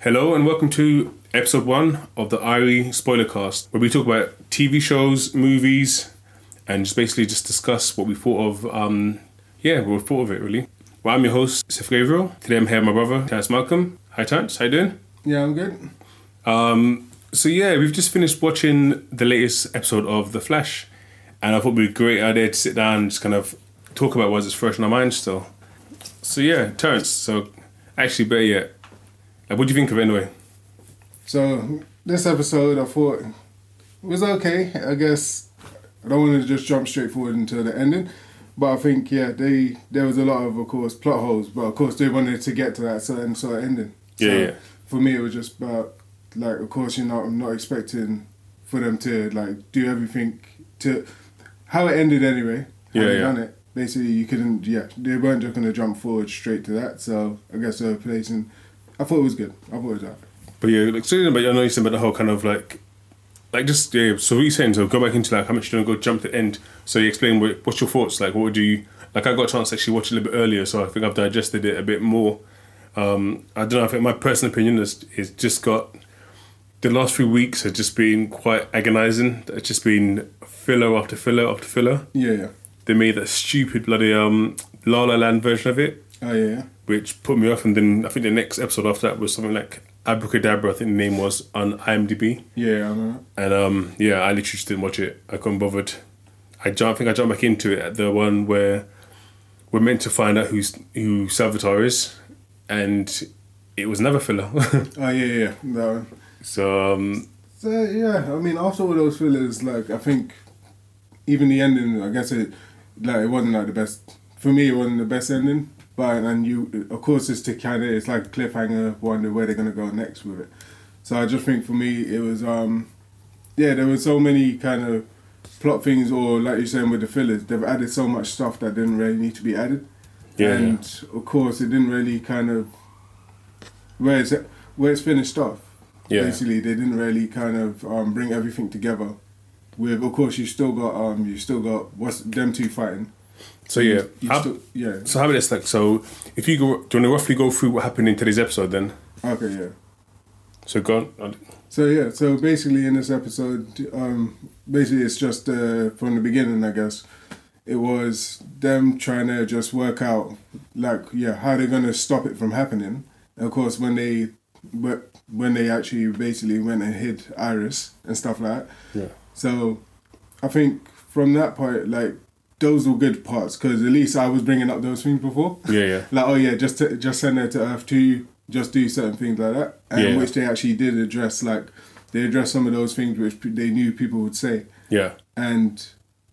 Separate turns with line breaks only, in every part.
Hello and welcome to episode one of the Irie Spoilercast, where we talk about TV shows, movies, and just basically just discuss what we thought of. Um, yeah, what we thought of it really. Well, I'm your host Seth Gabriel. Today I'm here with my brother Terence Malcolm. Hi Terence, how you doing?
Yeah, I'm good.
So yeah, we've just finished watching the latest episode of The Flash, and I thought it'd be a great idea to sit down and just kind of talk about what's fresh in our minds still. So yeah, Terence. So actually, better yet, like, what do you think of it anyway?
So this episode, I thought it was okay. I guess I don't want to just jump straight forward into the ending, but I think yeah, they there was a lot of of course plot holes, but of course they wanted to get to that certain sort of ending. So
Yeah, yeah.
For me, it was just about like of course you know I'm not expecting for them to like do everything to how it ended anyway. How
Yeah,
they
yeah.
done it. Basically, you couldn't. Yeah, they weren't just gonna jump forward straight to that. So I guess they were placing. I thought it was good. I thought it was alright.
But yeah, like so but I know you said about the whole kind of like, like just yeah. So what you saying? So go back into like how much you don't go jump to the end. So you explain what, what's your thoughts like. What would you like? I got a chance to actually watch it a little bit earlier, so I think I've digested it a bit more. Um, I don't know. I think my personal opinion is is just got the last few weeks have just been quite agonising. It's just been filler after filler after filler.
Yeah, yeah.
They made that stupid bloody um, La La Land version of it
Oh yeah, yeah.
which put me off. And then I think the next episode after that was something like Abracadabra. I think the name was on IMDb.
Yeah, I remember.
And um, yeah, I literally just didn't watch it. I couldn't bothered. I jump. I think I jumped back into it at the one where we're meant to find out who's who Salvatore is, and it was never filler.
Oh yeah, yeah, yeah, that one.
so um,
So yeah, I mean, after all those fillers, like I think, even the ending, I guess it, like it wasn't like the best for me. It wasn't the best ending, but and you, of course, it's to kind of it's like a cliffhanger, wonder where they're gonna go next with it. So I just think for me, it was um, yeah, there were so many kind of plot things, or like you're saying with the fillers, they've added so much stuff that didn't really need to be added.
Yeah,
and of course, it didn't really kind of where it's where it's finished off.
Yeah.
Basically, they didn't really kind of um, bring everything together. With of course, you still got um, you still got what's them two fighting.
so yeah.
You- you
How-
still- yeah.
so how about this? Like, so if you go, do you want to roughly go through what happened in today's episode then?
Okay, yeah.
So go on.
So yeah, so basically in this episode, um, basically it's just uh, from the beginning, I guess. It was them trying to just work out, like, yeah, how they're gonna stop it from happening. And of course, when they, but when they actually basically went and hid Iris and stuff like that.
Yeah.
So, I think from that part, like, those were good parts because at least I was bringing up those things before
Yeah, yeah.
like oh yeah, just to, just send her to Earth two, just do certain things like that, and
Yeah.
which they actually did address. Like they addressed some of those things which pe- they knew people would say,
Yeah.
and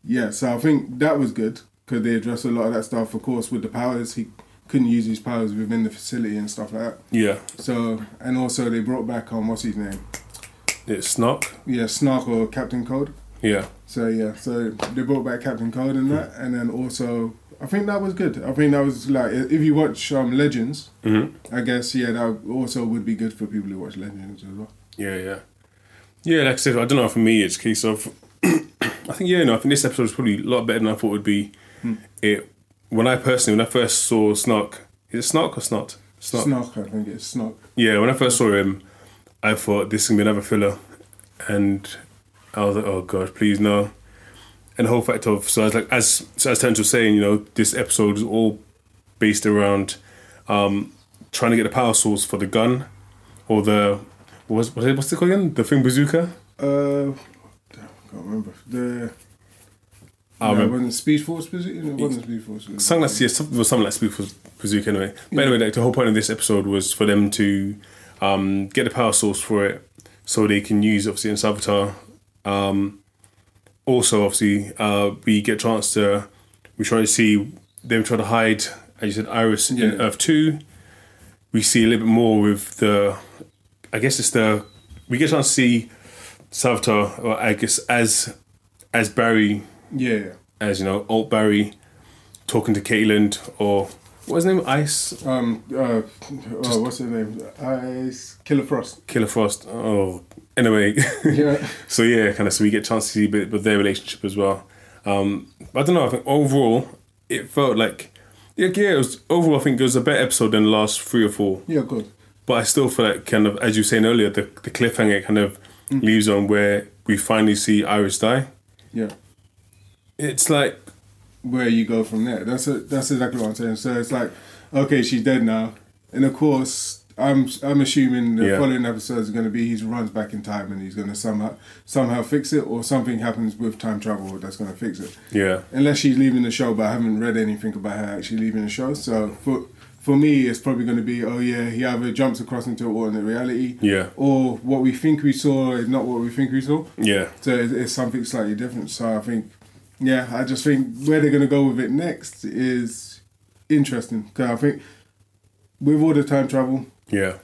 yeah, so I think that was good because they addressed a lot of that stuff. Of course, with the powers, he couldn't use his powers within the facility and stuff like
Yeah.
that. So and also they brought back on what's his name,
It's Snark.
yeah, Snark or Captain Cold.
Yeah.
So yeah, so they brought back Captain Cold and that, and then also I think that was good. I think that was like if you watch um, Legends,
Mhm.
I guess yeah, that also would be good for people who watch Legends as well.
Yeah, yeah. Yeah, like I said, I don't know. For me, it's a case of. I think, yeah, no, I think this episode was probably a lot better than I thought it would be. It When I personally, when I first saw Snark, is it Snark or Snot? Snark.
Snark, I think it's Snark.
Yeah, when I first saw him, I thought this is going to be another filler. And I was like, oh gosh, please no. And the whole fact of, so I was like, as, so as Terence was saying, you know, this episode is all based around um, trying to get the power source for the gun or the, what's, what's it what's it called again? The thing bazooka?
Uh, damn, I can't remember the.
I
no, it
remember.
wasn't Speed Force, was it? It wasn't Speed Force. was it?
Something like yeah, something, well, something like Spook was Bazooka anyway. But anyway, like the whole point of this episode was for them to um, get the power source for it, so they can use obviously in Savitar. Um, also, obviously, uh, we get a chance to we try to see them try to hide, as you said, Iris in
Yeah.
Earth Two. We see a little bit more with the, I guess it's the we get a chance to see Savitar, or I guess as as Barry
Yeah, yeah.
as you know, Alt Barry talking to Caitlin or what was his name? Ice
Um, uh, oh, what's his name? Ice Killer Frost.
Killer Frost. Oh, anyway,
Yeah.
so yeah, kind of. So we get a chance to see a bit of their relationship as well. Um, but I don't know. I think overall, it felt like yeah, yeah. It was overall. I think it was a better episode than the last three or four.
Yeah, of course.
But I still feel like kind of as you were saying earlier, the, the cliffhanger kind of leaves on where we finally see Iris die.
Yeah.
It's like
where you go from there. That's a, that's exactly what I'm saying. So it's like, okay, she's dead now, and of course, I'm I'm assuming the
Yeah.
following episode is going to be he runs back in time and he's going to somehow somehow fix it, or something happens with time travel that's going to fix it.
yeah,
Unless she's leaving the show, but I haven't read anything about her actually leaving the show. So for for me, it's probably going to be oh yeah, he either jumps across into alternate reality,
yeah,
or what we think we saw is not what we think we saw.
yeah,
So it's, it's something slightly different. So I think, yeah, I just think where they're going to go with it next is interesting. Because I think with all the time travel,
yeah,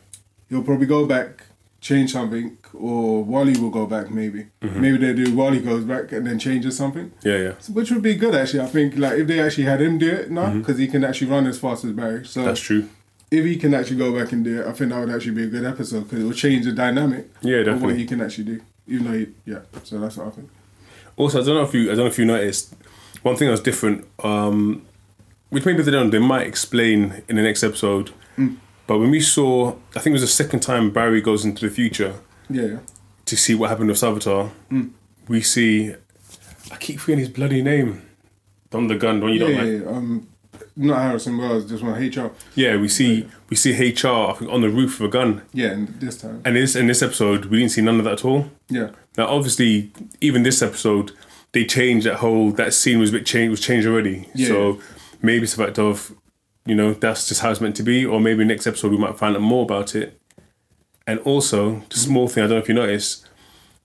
he'll probably go back, change something, or Wally will go back maybe.
Mm-hmm.
Maybe they do Wally goes back and then changes something.
yeah, yeah.
So- Which would be good actually. I think like if they actually had him do it now, because he can actually run as fast as Barry. So
Mm-hmm. That's true.
if he can actually go back and do it, I think that would actually be a good episode because it will change the dynamic
Yeah,
of what
definitely.
he can actually do. Even though, he, yeah. So that's what I think.
Also, I don't know if you, I don't know if you noticed one thing that was different, um, which maybe they don't. They might explain in the next episode. But when we saw, I think it was the second time Barry goes into the future
Yeah, yeah.
to see what happened with Savitar. We see, I keep forgetting his bloody name. Don the gun, one you
yeah,
don't like.
yeah, yeah. Um, not Harrison Wells, just one HR.
Yeah, we see we see HR I think, on the roof of a gun,
Yeah, and this time.
and this in this episode we didn't see none of that at all.
Yeah,
Now, obviously, even this episode, they changed that whole that scene was a bit changed was changed already.
Yeah.
So maybe it's a fact of, you know, that's just how it's meant to be, or maybe next episode we might find out more about it. And also, just a small thing I don't know if you noticed.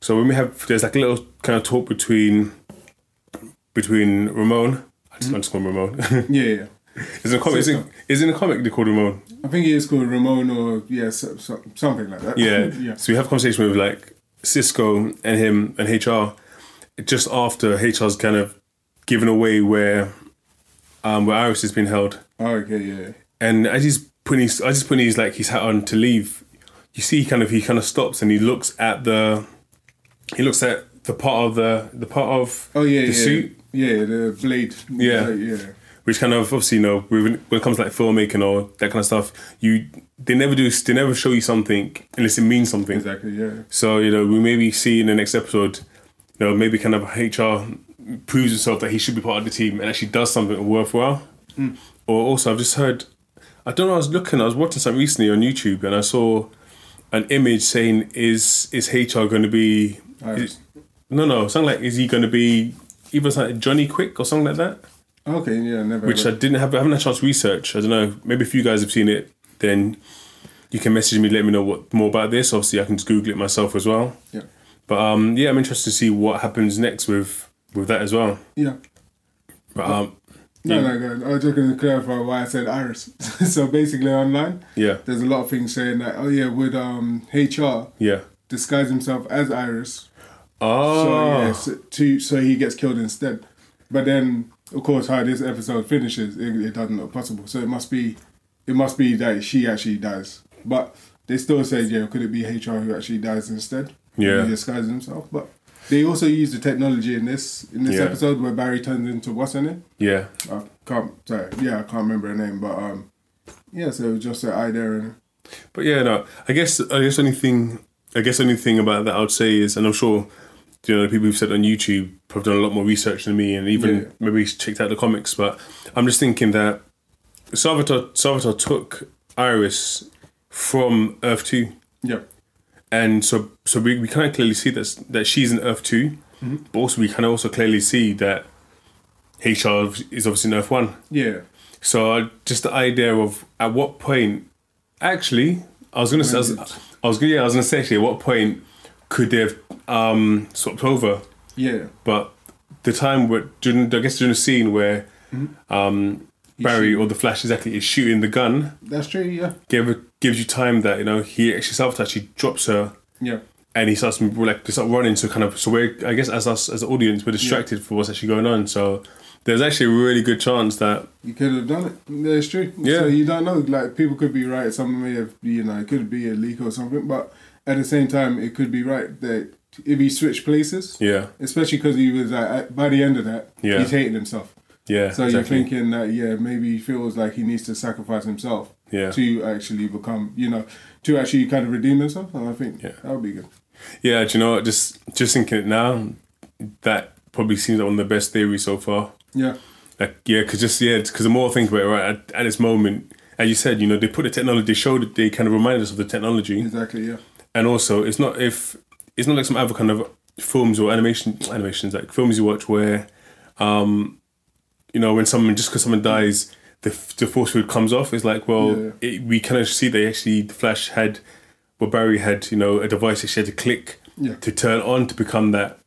So when we have there's like a little kind of talk between between Ramon. I just, I just call him Ramon. is
yeah, yeah.
in a comic. Is in, is in a comic they call Ramon.
I think he is called Ramon or yeah, so, so, something like that.
Yeah.
yeah,
So we have a conversation with like Cisco and him and HR just after HR's kind of given away where um where Iris has been held.
Oh, okay, yeah,
And as he's putting his as he's putting his like his hat on to leave, you see he kind of he kind of stops and he looks at the he looks at the part of the the part of
oh yeah,
the
yeah,
suit
yeah, the blade,
Yeah.
yeah,
which kind of obviously you know when when it comes to like filmmaking or that kind of stuff you they never do they never show you something unless it means something
exactly, yeah,
So you know, we maybe see in the next episode, you know, maybe kind of HR proves himself that he should be part of the team and actually does something worthwhile. Or also, I've just heard, I don't know. I was looking, I was watching something recently on YouTube, and I saw an image saying, "Is is HR going to be?"
Iris.
is- no, no, something like, "Is he going to be?" Even something like Johnny Quick or something like that,
okay, yeah, never.
which I
heard of-
didn't have. I haven't had a chance to research. I don't know. Maybe if you guys have seen it, then you can message me. Let me know what more about this. Obviously, I can just Google it myself as well.
yeah,
But um, yeah, I'm interested to see what happens next with with that as well.
yeah.
But um,
No,
Yeah.
no, good. I was just going to clarify why I said Iris. so basically, online,
yeah,
there's a lot of things saying that. Oh yeah, would um HR
yeah.
disguise himself as Iris
Oh,
So yeah, so, to, so he gets killed instead. But then, of course, how this episode finishes, it, it doesn't look possible. So it must be, it must be that she actually dies. But they still say, yeah, could it be HR who actually dies instead?
Yeah.
he disguises himself. But they also use the technology in this in this
Yeah.
episode where Barry turns into what's her name?
yeah,
I can't. Sorry, yeah, I can't remember her name. But um, yeah, so it was just the idea and
but yeah, no. I guess I guess only thing I guess only thing about that I would say is, and I'm sure you know the people who've said on YouTube have done a lot more research than me, and even
Yeah.
maybe checked out the comics. But I'm just thinking that Salvatore Salvatore took Iris from Earth Two.
yeah,
and so so we, we kind of clearly see that that she's in Earth 2 but also we kind of also clearly see that HR is obviously in Earth One.
yeah,
So I- just the idea of at what point, actually, I was gonna say, I was, I was gonna yeah, I was gonna say actually, at what point could they have um, swapped over?
yeah.
But the time where during I guess during the scene where um, Barry or the Flash exactly is shooting the gun,
That's true. Yeah,
give, gives you time that you know he actually self actually drops her
yeah,
and he starts like they start running so kind of so we're I guess as us as the audience we're distracted for what's actually going on so there's actually a really good chance that
You could have done it. That's true.
Yeah.
So you don't know. Like people could be right. Some may have, you know, it could be a leak or something. But at the same time, it could be right that if he switched places,
yeah
especially because he was like, at- by the end of that,
Yeah.
he's hating himself.
yeah
So
exactly.
you're thinking that yeah, maybe he feels like he needs to sacrifice himself
Yeah.
to actually become, you know, to actually kind of redeem himself. And I think
Yeah.
that would be good.
Yeah, do you know what? Just just thinking it now, that probably seems like one of the best theories so far.
Yeah.
Like, yeah, because just yeah, because the more I think about it, right at, at this moment, as you said, you know, they put the technology, they showed, they kind of reminded us of the technology,
Exactly. Yeah.
and also it's not if it's not like some other kind of films or animation animations like films you watch where, um, you know, when someone just because someone dies, the the force field comes off. It's like well,
Yeah.
it, we kind of see they actually the Flash had, well Barry had you know a device that she had to click
Yeah.
to turn on to become that.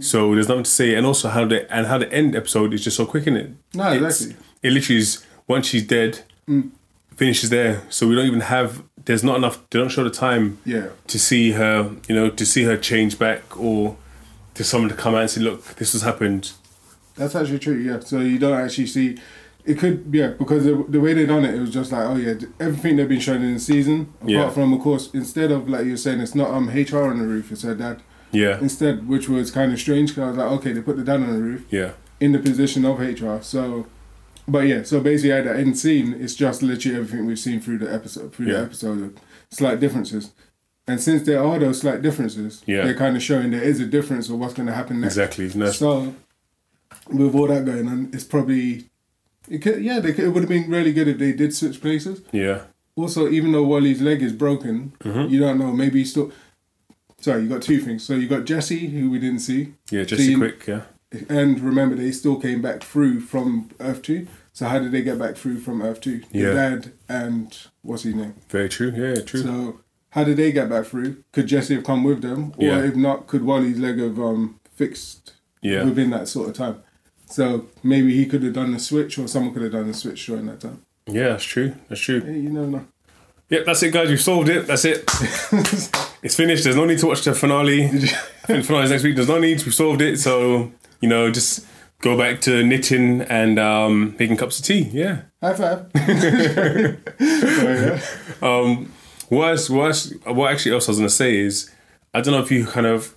So there's nothing to say, and also how the and how the end episode is just so quick in it.
No,
It's-
exactly. Mm.
It literally is once she's dead, finishes there. So we don't even have. There's not enough. They don't show the time
Yeah.
to see her. You know, to see her change back or to someone to come out and say, "Look, this has happened."
That's actually true. Yeah. So you don't actually see. It could, yeah, because the, the way they done it, it was just like, oh yeah, everything they've been showing in the season, apart
Yeah.
from of course, instead of like you're saying, it's not um HR on the roof, it's her dad
Yeah,
instead, which was kind of strange because I was like, okay, they put the dad on the roof
yeah,
in the position of HR. So, but yeah, so basically at the end scene, it's just literally everything we've seen through the episode, through
Yeah.
the episode, of slight differences. And since there are those slight differences,
Yeah.
they're kind of showing there is a difference or what's going to happen next.
exactly. No,
So, with all that going on, it's probably. It could, yeah, they could, it would have been really good if they did switch places.
yeah,
Also, even though Wally's leg is broken, you don't know. Maybe he still. Sorry, you got two things. So you got Jesse, who we didn't see,
yeah. Jesse
you-
Quick. Yeah,
and remember they still came back through from Earth Two. So how did they get back through from Earth Two?
Yeah.
dad and what's his name?
very true. Yeah, true.
So how did they get back through? Could Jesse have come with them, or
Yeah.
if not, could Wally's leg have um fixed
yeah,
within that sort of time? So maybe he could have done the switch, or someone could have done the switch during that time.
yeah. That's true. That's true.
Yeah, you never know.
Yep, that's it, guys. We've solved it. That's it. it's finished. There's no need to watch the finale. I think the finale's next week. There's no need. We've solved it. So, you know, just go back to knitting and um, making cups of tea. Yeah.
High five. Sorry, yeah.
Um, what, else, what, else, what actually else I was going to say is, I don't know if you kind of,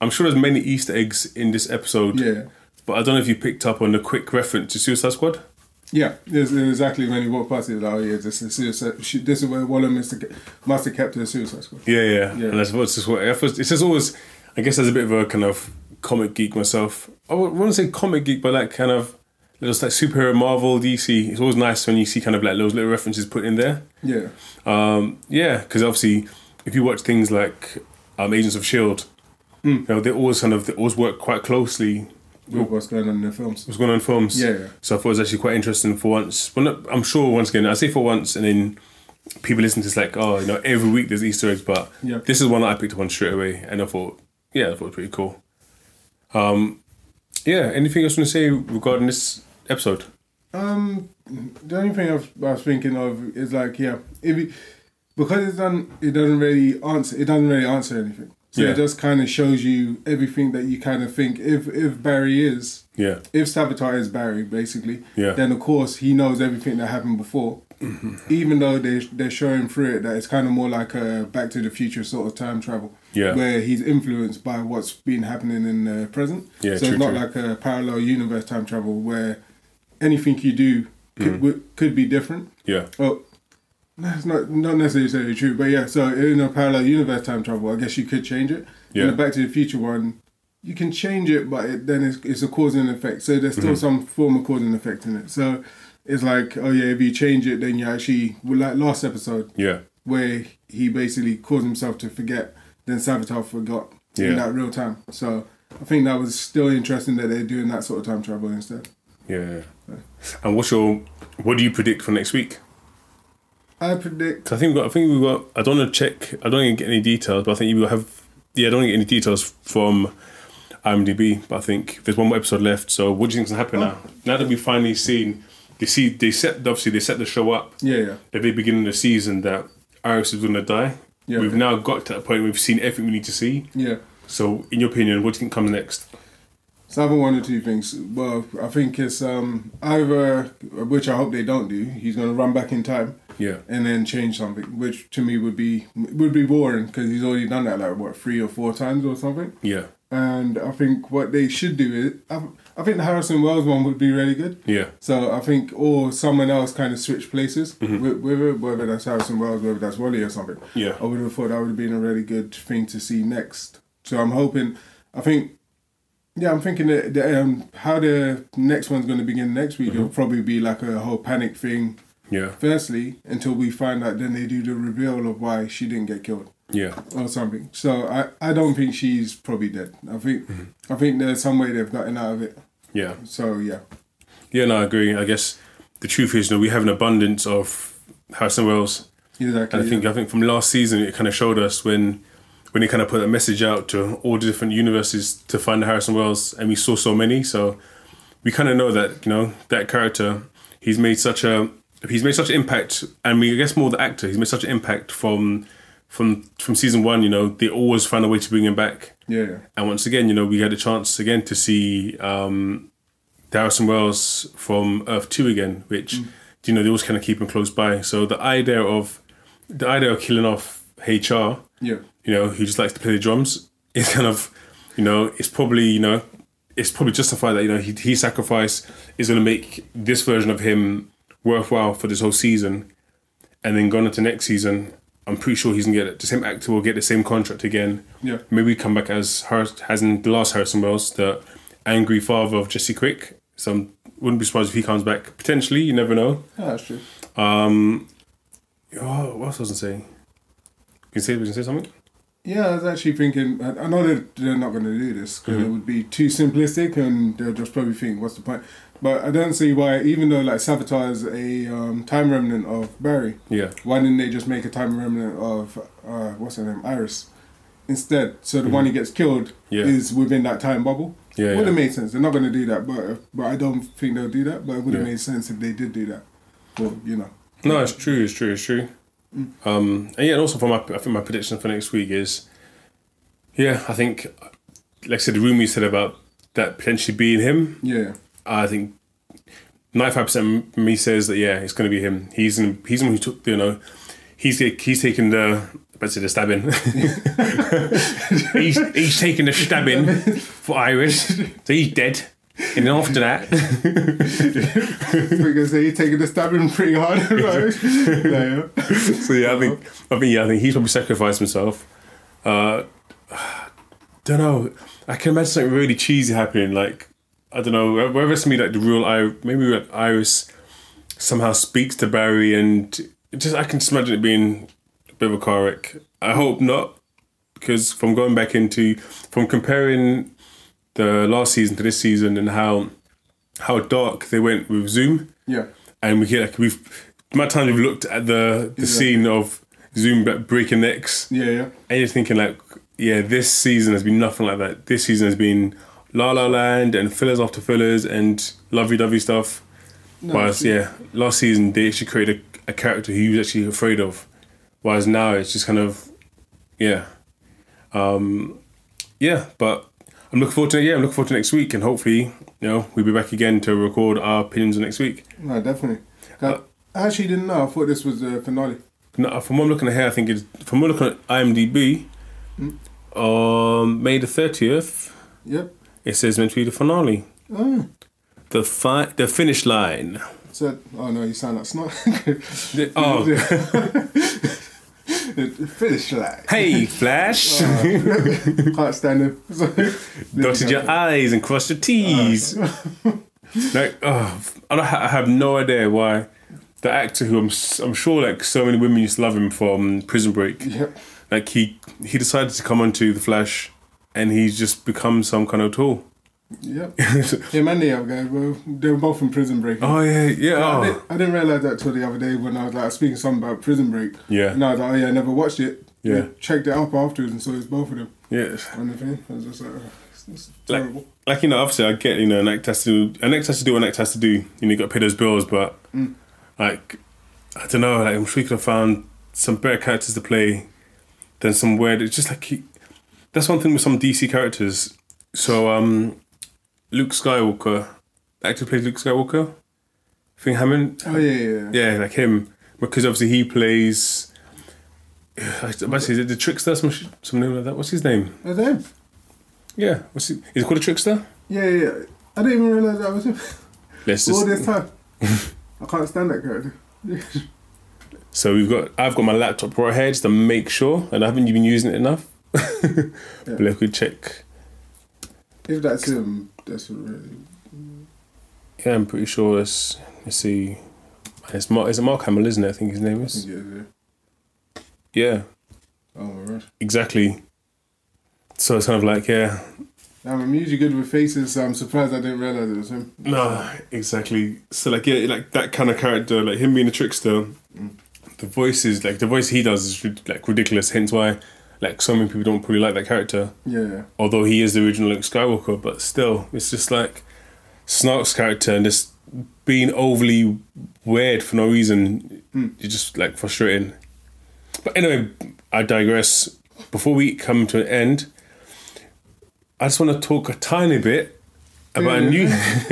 I'm sure there's many Easter eggs in this episode.
Yeah.
But I don't know if you picked up on the quick reference to Suicide Squad.
Yeah, it's, it's exactly when he walked past it. Like, oh yeah, this is suicide. She, this is where Waller must have, must have kept her suicide squad.
Yeah, yeah.
Yeah.
And I suppose it's, what, it's just always, I guess, as a bit of a kind of comic geek myself. I would- wouldn't say comic geek, but like kind of just like superhero Marvel, DC. It's always nice when you see kind of like those little references put in there.
Yeah,
Um, yeah, because obviously, if you watch things like um, Agents of Shield, you know they always kind of they always work quite closely.
with what's going on in the films.
What's going on in films?
Yeah, yeah.
So I thought it was actually quite interesting for once. Well, not, I'm sure once again, I say for once, and then people listen to this like, oh, you know, every week there's Easter eggs, but
Yeah.
this is one that I picked up on straight away, and I thought, yeah, I thought it was pretty cool. Um, yeah. Anything else you want to say regarding this episode?
Um, the only thing I was, I was thinking of is like yeah, if it, because it's done, it doesn't really answer. It doesn't really answer anything. So
Yeah.
it just kind of shows you everything that you kind of think. If if Barry is,
Yeah.
if Saboteur is Barry, basically,
Yeah.
then of course he knows everything that happened before. Even though they they're showing through it that it's kind of more like a Back to the Future sort of time travel,
Yeah.
where he's influenced by what's been happening in the present.
Yeah,
so
true,
it's not
true.
like a parallel universe time travel where anything you do could,
Mm.
w- could be different.
Yeah.
Well, that's not not necessarily true, but yeah. So in a parallel universe time travel, I guess you could change it.
Yeah.
In the Back to the Future one, you can change it, but it, then it's, it's a cause and effect. So there's
Mhm.
still some form of cause and effect in it. So it's like, oh yeah, if you change it, then you actually well, like last episode
Yeah.
where he basically caused himself to forget, then Savitar forgot
Yeah.
in that real time. So I think that was still interesting that they're doing that sort of time travel instead.
Yeah. And what's your what do you predict for next week?
I predict
'Cause I think we've got I think we've got I don't want to check I don't even get any details, but I think you have yeah, I don't get any details from IMDb, but I think there's one more episode left. So what do you think's gonna happen now? Now that we've finally seen they see they set obviously they set the show up
yeah, yeah.
at the beginning of the season that Iris is gonna die.
Yeah.
We've now got to that point where we've seen everything we need to see.
Yeah.
So in your opinion, what do you think comes next?
So I've got one or two things. Well, I think it's um either which I hope they don't do. He's gonna run back in time
Yeah.
and then change something, which to me would be would be boring because he's already done that like what three or four times or something.
Yeah.
And I think what they should do is I, I think the Harrison Wells one would be really good.
Yeah.
So I think, or someone else kind of switched places, with, with it, whether that's Harrison Wells, whether that's Wally or something.
Mm-hmm. Yeah.
I would have thought that would have been a really good thing to see next. So I'm hoping, I think, yeah, I'm thinking that, that um, how the next one's going to begin next week,
Mm-hmm.
it'll probably be like a whole panic thing,
Yeah.
firstly, until we find out, then they do the reveal of why she didn't get killed
Yeah.
or something. So I, I don't think she's probably dead. I think
Mm-hmm.
I think there's some way they've gotten out of it.
Yeah.
So yeah,
Yeah, no, I agree. I guess the truth is, you know, we have an abundance of Harrison Wells,
exactly.
and I think I think from last season it kind of showed us when when he kind of put that message out to all the different universes to find the Harrison Wells, and we saw so many. So we kind of know that you know that character, he's made such a he's made such an impact, and we I guess more the actor, he's made such an impact from from from season one. You know, they always find a way to bring him back.
yeah, yeah,
And once again, you know, we had a chance again to see um, Harrison Wells from Earth Two again, which you know they always kind of keep him close by. So the idea of the idea of killing off HR,
yeah,
you know, who just likes to play the drums, is kind of, you know, it's probably you know, it's probably justified that you know he he sacrifice is going to make this version of him worthwhile for this whole season, and then going into next season. I'm pretty sure he's gonna get the same actor will get the same contract again
yeah,
maybe come back as Har- as in the last Harrison Wells, the angry father of Jesse Quick. So I wouldn't be surprised if he comes back potentially. You never know.
yeah. That's true.
Um, oh, what else was I saying? You say you say something?
Yeah, I was actually thinking. I I know that they're not going to do this because
Mm-hmm.
it would be too simplistic, and they'll just probably think, "What's the point?" But I don't see why, even though like Sabotage is a um, time remnant of Barry,
Yeah,
why didn't they just make a time remnant of uh, what's her name, Iris, instead? So the one who gets killed
Mm-hmm. Yeah.
is within that time bubble.
Yeah,
would have
yeah.
made sense. They're not going to do that, but but I don't think they'll do that. But it would have
Yeah.
made sense if they did do that. Well, you know,
no, it's true, it's true, it's true. Um, and yeah, and also for my, I think my prediction for next week is, yeah, I think, like I said, the room you said about that potentially being him.
yeah,
I think ninety five percent of me says that yeah, it's going to be him. He's in, he's the one who took you know, he's he's taking the I say the stabbing. he's he's taking the stabbing for Iris, so he's dead. And then after that,
because they taking the stabbing pretty hard. right? yeah,
so yeah, I think I think yeah, I think he's probably sacrificed himself. Uh, don't know. I can imagine something really cheesy happening. Like I don't know. Whether it's me, like the real I maybe like Iris somehow speaks to Barry, and it just I can just imagine it being a bit of a car wreck. I hope not, because from going back into from comparing the last season to this season and how how dark they went with Zoom
yeah,
and we get like we've the amount of times we've looked at the the scene of Zoom ba- breaking necks,
yeah, yeah.
and you're thinking like, yeah, this season has been nothing like that. This season has been La La Land and fillers after fillers and lovey dovey stuff. Whereas yeah, last season they actually created a, a character who you was actually afraid of, whereas now it's just kind of, yeah, um, yeah. But I'm looking forward to yeah, I'm looking forward to next week, and hopefully you know we'll be back again to record our opinions next week.
No, definitely. 'Cause
Uh,
I actually didn't know. I thought this was the finale.
No, from what I'm looking at here, I think it's from what I'm looking at IMDb, um, May the thirtieth,
Yep.
it says meant to be the finale,
Oh,
the fi- the finish line.
so oh no, you sound like snot.
The- oh,
finish like
hey, Flash,
can't stand him. So,
dotted your I's and crossed your T's. like, oh, I, don't ha- I have no idea why the actor who I'm s- I'm sure like so many women used to love him from Prison Break.
Yep.
Like he he decided to come onto the Flash, and he's just become some kind of tool.
Yep. Him and the other guy, well, they were both in prison break.
Oh yeah, yeah. oh.
I, didn't, I didn't realize that till the other day when I was like speaking something about Prison Break.
Yeah.
And I was like, oh yeah, I never watched it.
Yeah.
And checked it up afterwards and saw it's both of them
Yeah,
on the thing. I was just like, oh, it's, it's
Like-
terrible.
like you know, obviously I get you know an actor has to an actor has to do what an actor has to do. You know, you got to pay those bills, but like I don't know, like I'm sure you could have found some better characters to play than some weird. It's just like he, that's one thing with some DC characters. So um, Luke Skywalker, the actor who played Luke Skywalker, I think Hammond.
oh yeah, yeah, yeah.
Yeah, like him because obviously he plays. I must say, is it the trickster? Some sh- some name like that. What's his name?
Oh, them.
Yeah, what's he, is it called a trickster?
Yeah, yeah, yeah. I didn't even realize that was him.
Let's
All
just.
this time, I can't stand that character.
So we've got. I've got my laptop right here just to make sure, and I haven't been using it enough. But let me check.
If that's him, that's really.
Yeah, I'm pretty sure it's. Let's see. It's Mark. It's Mark Hamill, isn't it? I think his name is.
Yeah, yeah.
Yeah,
Oh my gosh.
exactly. So it's kind of like yeah,
I'm usually good with faces, so I'm surprised I didn't realize it was him.
No, exactly. So like yeah, like that kind of character, like him being a trickster, the voices like the voice he does is rid- like ridiculous. Hence why like so many people don't probably like that character,
Yeah.
although he is the original Luke Skywalker. But still, it's just like Snark's character and just being overly weird for no reason. You're just like frustrating. But anyway, I digress. Before we come to an end, I just want to talk a tiny bit about a new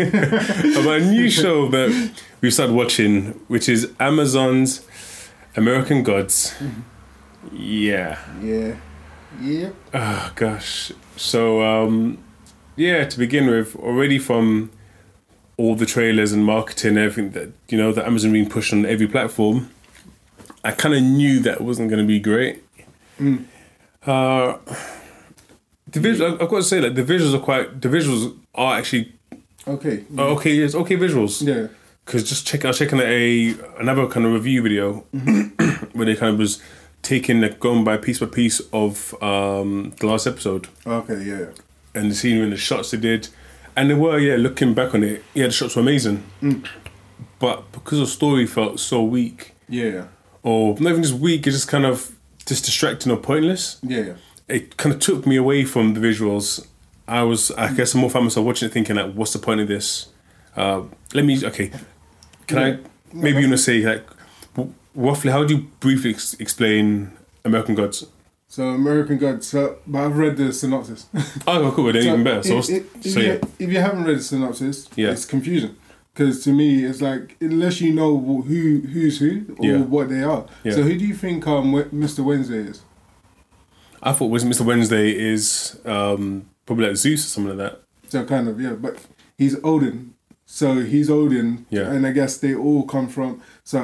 about a new show that we started watching, which is Amazon's American Gods. Yeah.
Yeah. Yep.
Oh gosh. So um, yeah, to begin with, already from all the trailers and marketing, everything that you know that Amazon being pushed on every platform, I kind of knew that wasn't going to be great. Uh, the visual, I've got to say, like the visuals are quite. The visuals are actually
Okay.
are okay. It's okay visuals.
Yeah.
Because just check, I was checking a another kind of review video where they kind of was taking like going by piece by piece of um, the last episode
Okay. Yeah.
and the scenery and the shots they did, and they were yeah looking back on it yeah the shots were amazing, but because the story felt so weak
Yeah.
or not even just weak it's just kind of just distracting or pointless
Yeah.
it kind of took me away from the visuals. I was, I guess, more found myself watching it, thinking like, "What's the point of this?" Uh, let me, okay, can I? Maybe you want to say like, w- roughly, how do you briefly ex- explain American Gods?
So American God. So, but I've read the synopsis.
Oh, cool, then even better. So,
if-
what's-
if- if
so
you-
yeah,
If you haven't read the synopsis,
Yeah.
it's confusing. Because to me, it's like unless you know wh- who who's who or
Yeah.
what they are.
Yeah.
So who do you think um Wed- Mr. Wednesday is?
I thought was Mr. Wednesday is um, probably like Zeus or something like that.
So kind of yeah, but he's Odin. So he's Odin.
Yeah.
And I guess they all come from. So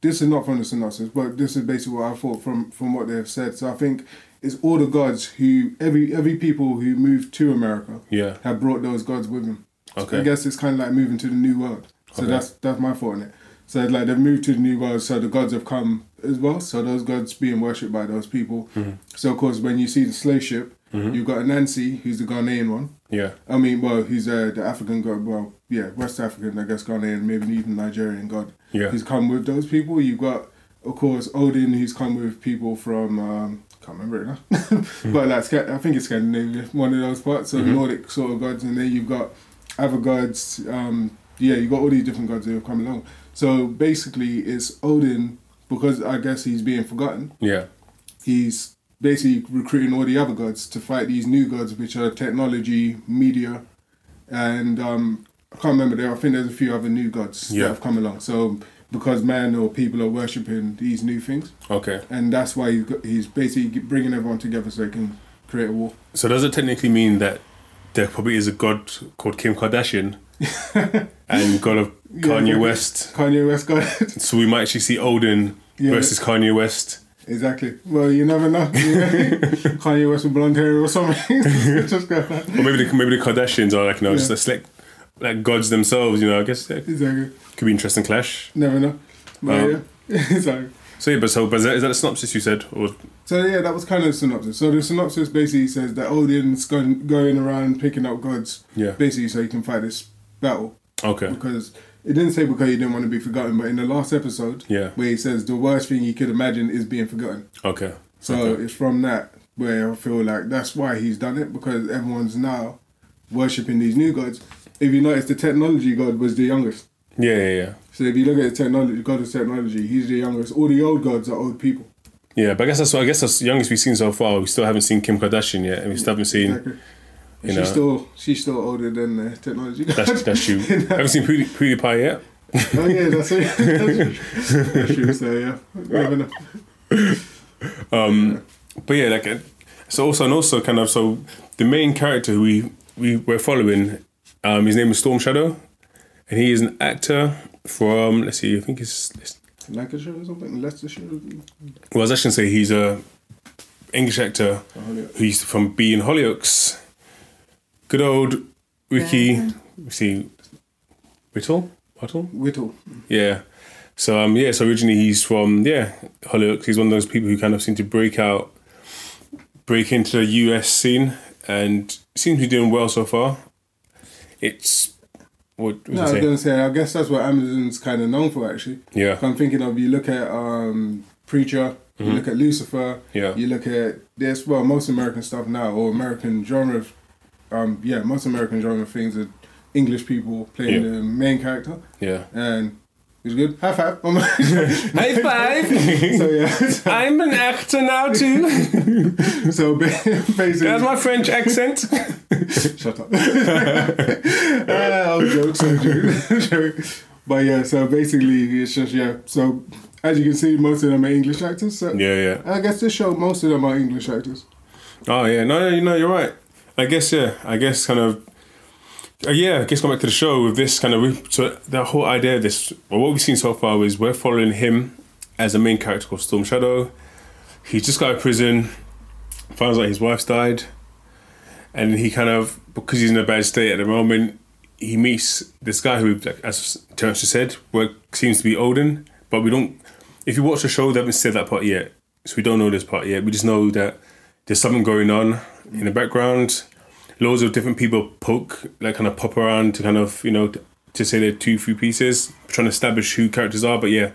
this is not from the synopsis, but this is basically what I thought from from what they've said. So I think it's all the gods who every every people who moved to America
Yeah.
have brought those gods with them.
Okay.
I guess it's kind of like moving to the new world. So
Okay.
that's that's my thought on it. So like they've moved to the new world, so the gods have come as well. So those gods being worshipped by those people.
Mm-hmm.
So of course, when you see the slave ship, you've got Anansi, who's the Ghanaian one.
Yeah,
I mean, well, he's uh, the African god. Well, yeah, West African, I guess, Ghanaian, maybe even Nigerian god.
Yeah.
Who's come with those people? You've got, of course, Odin, who's come with people from. Um, can't remember it now, but like Sca- I think it's Scandinavia, one of those parts. So Nordic sort of gods, and then you've got other gods. Um, yeah, you've got all these different gods that have come along. So basically, it's Odin because I guess he's being forgotten
yeah,
he's basically recruiting all the other gods to fight these new gods, which are technology, media, and um, I can't remember. There, I think there's a few other new gods
Yeah.
that have come along. So because man or people are worshipping these new things,
okay.
and that's why he's, got, he's basically bringing everyone together so they can create a war.
So does it technically mean that there probably is a god called Kim Kardashian and god of Kanye
probably.
West?
Kanye West god.
So we might actually see Odin
Yeah.
versus Kanye West.
exactly. Well, you never know. Kanye West with blonde hair or something. Just go.
Or maybe the, maybe the Kardashians are like you know just
Yeah.
a select like gods themselves. You know, I guess it
Exactly.
could be interesting clash.
Never know. But
Um,
yeah. Sorry.
So yeah, but so but is that, is that a synopsis you said? Or
So yeah, that was kind of the synopsis. So the synopsis basically says that Odin's going going around picking up gods,
yeah,
basically so he can fight this battle.
okay,
Because it didn't say because he didn't want to be forgotten, but in the last episode,
Yeah.
where he says the worst thing he could imagine is being forgotten.
okay,
So
Okay.
it's from that where I feel like that's why he's done it because everyone's now worshipping these new gods. If you notice, the technology god was the youngest.
yeah, yeah, yeah,
So if you look at the technology god of technology, he's the youngest. All the old gods are old people.
yeah. But I guess that's I guess that's the youngest we've seen so far. We still haven't seen Kim Kardashian yet, and we still haven't seen
Exactly.
you know-
she's still she's still older than uh, technology.
that's that's you. haven't seen Pewdie, PewDiePie yet.
oh yeah, that's it. that's true. So yeah, never know.
But yeah, like uh, so also and also kind of so the main character who we we were following Um, his name is Storm Shadow, and he is an actor from let's see, I think he's
Lancashire or something? Leicestershire?
well, I was actually gonna say he's a English actor
Hollyoaks.
who used to from being Hollyoaks. Good old Ricky. let's See, Whittle, Whittle,
Whittle.
yeah. So um, yeah, so originally he's from yeah Hollyoaks. He's one of those people who kind of seem to break out, break into the US scene, and seems to be doing well so far. It's what was
No,
I
I was
saying?
going to say, I guess that's what Amazon's kind of known for, actually.
Yeah.
I'm thinking of, you look at um, Preacher, you look at Lucifer,
Mm-hmm. Yeah.
you look at this, well, most American stuff now, or American genre, um, yeah, most American genre things are English people playing
Yeah.
the main character.
Yeah.
And it was good. High five. Oh my-
High five!
so, yeah. So,
I'm an actor now too.
so ba- basically.
That's my French accent.
Shut up. uh, jokes, I'm joking. But yeah, so basically, it's just, yeah. So, as you can see, most of them are English actors. So
Yeah, yeah.
I guess this show, most of them are English actors.
Oh yeah, no, no, you know, you're right. I guess yeah. I guess kind of. Uh, yeah, I guess going back to the show with this kind of so that whole idea of this. Well, what we've seen so far is we're following him as a main character called Storm Shadow. He's just got out of prison, finds out his wife's died, and he kind of because he's in a bad state at the moment. He meets this guy who, like, as Terence just said, work, seems to be Odin, but we don't. If you watch the show, they haven't said that part yet, so we don't know this part yet. We just know that there's something going on in the background. Loads of different people poke, like kind of pop around to kind of, you know, t- to say they're two, three pieces, trying to establish who characters are. But yeah,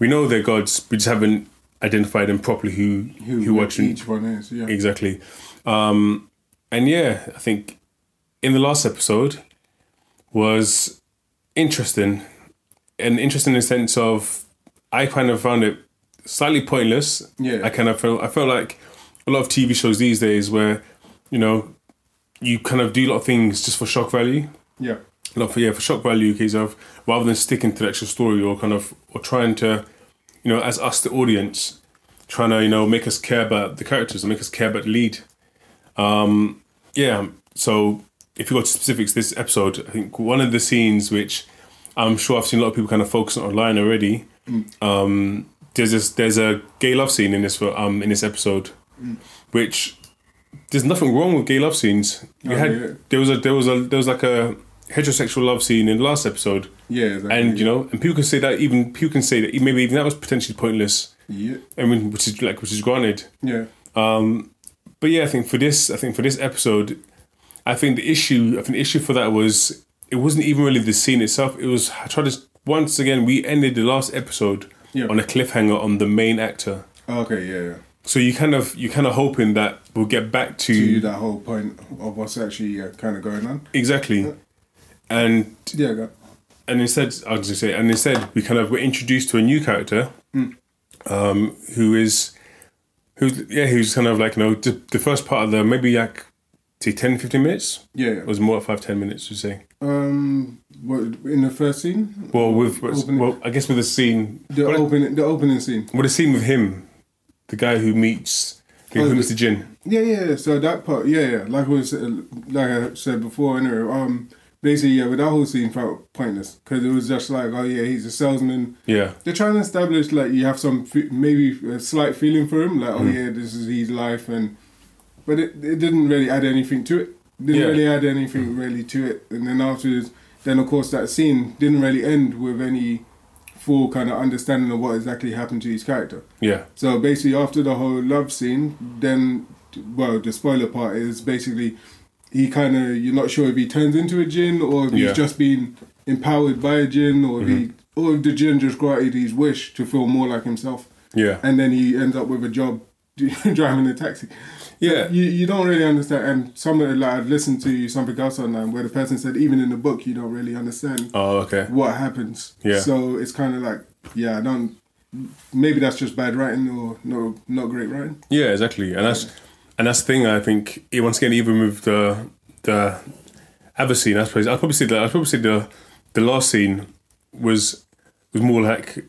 we know they're gods. We just haven't identified them properly who who, who actually
each one is? Yeah.
Exactly. Um, and yeah, I think in the last episode was interesting. And interesting in the sense of I kind of found it slightly pointless.
Yeah.
I kind of felt I felt like a lot of TV shows these days where, you know, you kind of do a lot of things just for shock value.
Yeah.
Not for yeah, for shock value case of rather than sticking to the actual story or kind of or trying to, you know, as us the audience, trying to you know make us care about the characters and make us care about the lead. Um, yeah. So if you go to specifics, this episode, I think one of the scenes which I'm sure I've seen a lot of people kind of focusing online already. Um, there's this, there's a gay love scene in this um in this episode, which there's nothing wrong with gay love scenes. You
Oh,
had
yeah.
there was a there was a there was like a heterosexual love scene in the last episode,
Yeah. Exactly.
and you know, and people can say that even people can say that e- maybe even that was potentially pointless.
yeah.
I mean, which is like which is granted,
Yeah.
but yeah, I think for this, I think for this episode, I think the issue, I think the issue for that was it wasn't even really the scene itself. It was I tried to once again we ended the last episode
Yeah.
on a cliffhanger on the main actor.
Okay. Yeah. yeah.
So you kind of you kind of hoping that we'll get back to,
Do that whole point of what's actually uh, kind of going on.
exactly, and
Yeah. Go.
and instead I was just say and instead we kind of were introduced to a new character, um, who is who's yeah who's kind of like you know the, the first part of the maybe like say 10, 15 minutes
Yeah.
It
yeah.
was more like five ten minutes, you say.
Um. What in the first scene?
Well, with
Opening.
well, I guess with the scene,
The
well,
opening. The opening scene.
with the scene with him, the guy who meets Oh, the guy who meets the gin.
Yeah, yeah. yeah. So that part, yeah, yeah. Like we said, like I said before, anyway. Um, basically, yeah, but that whole scene felt pointless because it was just like, oh yeah, he's a salesman.
Yeah,
They're trying to establish like you have some fe- maybe a slight feeling for him, like oh yeah, this is his life, and but it, it didn't really add anything to it. Didn't
Yeah.
really add anything really to it. And then afterwards, then of course that scene didn't really end with any full kind of understanding of what exactly happened to his character.
yeah,
So basically, after the whole love scene, then well, the spoiler part is basically he kind of you're not sure if he turns into a djinn or if
Yeah. Mm-hmm.
he's just been empowered by a djinn or if he or if the djinn just granted his wish to feel more like himself,
yeah,
and then he ends up with a job driving a taxi.
yeah,
You, you don't really understand, and some of the, like I've listened to something else online where the person said even in the book you don't really understand
Oh, okay.
what happens.
Yeah.
So it's kind of like, yeah, I don't. Maybe that's just bad writing or no, not great writing.
Yeah, exactly, and that's and that's the thing. I think eh, once again, even with the the other scene, I suppose I'd probably say that I'd probably say the the last scene was was more like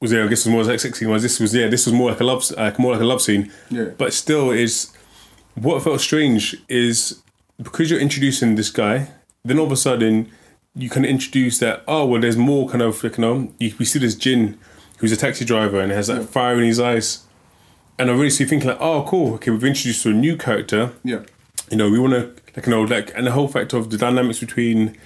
was yeah, I guess it was more like a sex scene. Was this was yeah, this was more like a love s- like more like a love scene.
Yeah.
But still, is what felt strange is because you're introducing this guy, Then all of a sudden, you can introduce that. Oh well, there's more kind of like, you know. You, we see this Jin, who's a taxi driver and has that fire in his eyes, and I really see thinking like, oh cool, okay, we've introduced a new character.
Yeah.
You know, we want to like you know like and the whole fact of the dynamics between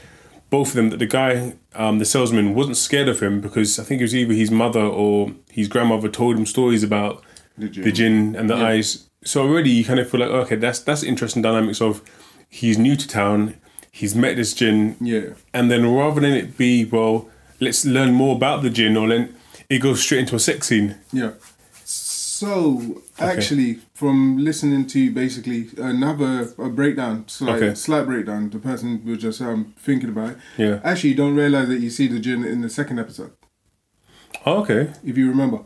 both of them that the guy, um, the salesman, wasn't scared of him because I think it was either his mother or his grandmother told him stories about
The gin.
the gin and the eyes. So already you kind of feel like okay, that's that's interesting dynamics of he's new to town, he's met this gin,
Yeah.
and then rather than it be well, let's learn more about the gin, or then it goes straight into a sex scene.
Yeah. So actually, from listening to basically another a breakdown, slight,
Okay.
slight breakdown, the person was just um, thinking about it.
Yeah.
Actually, you don't realize that you see the gin in the second episode,
Oh, okay.
if you remember.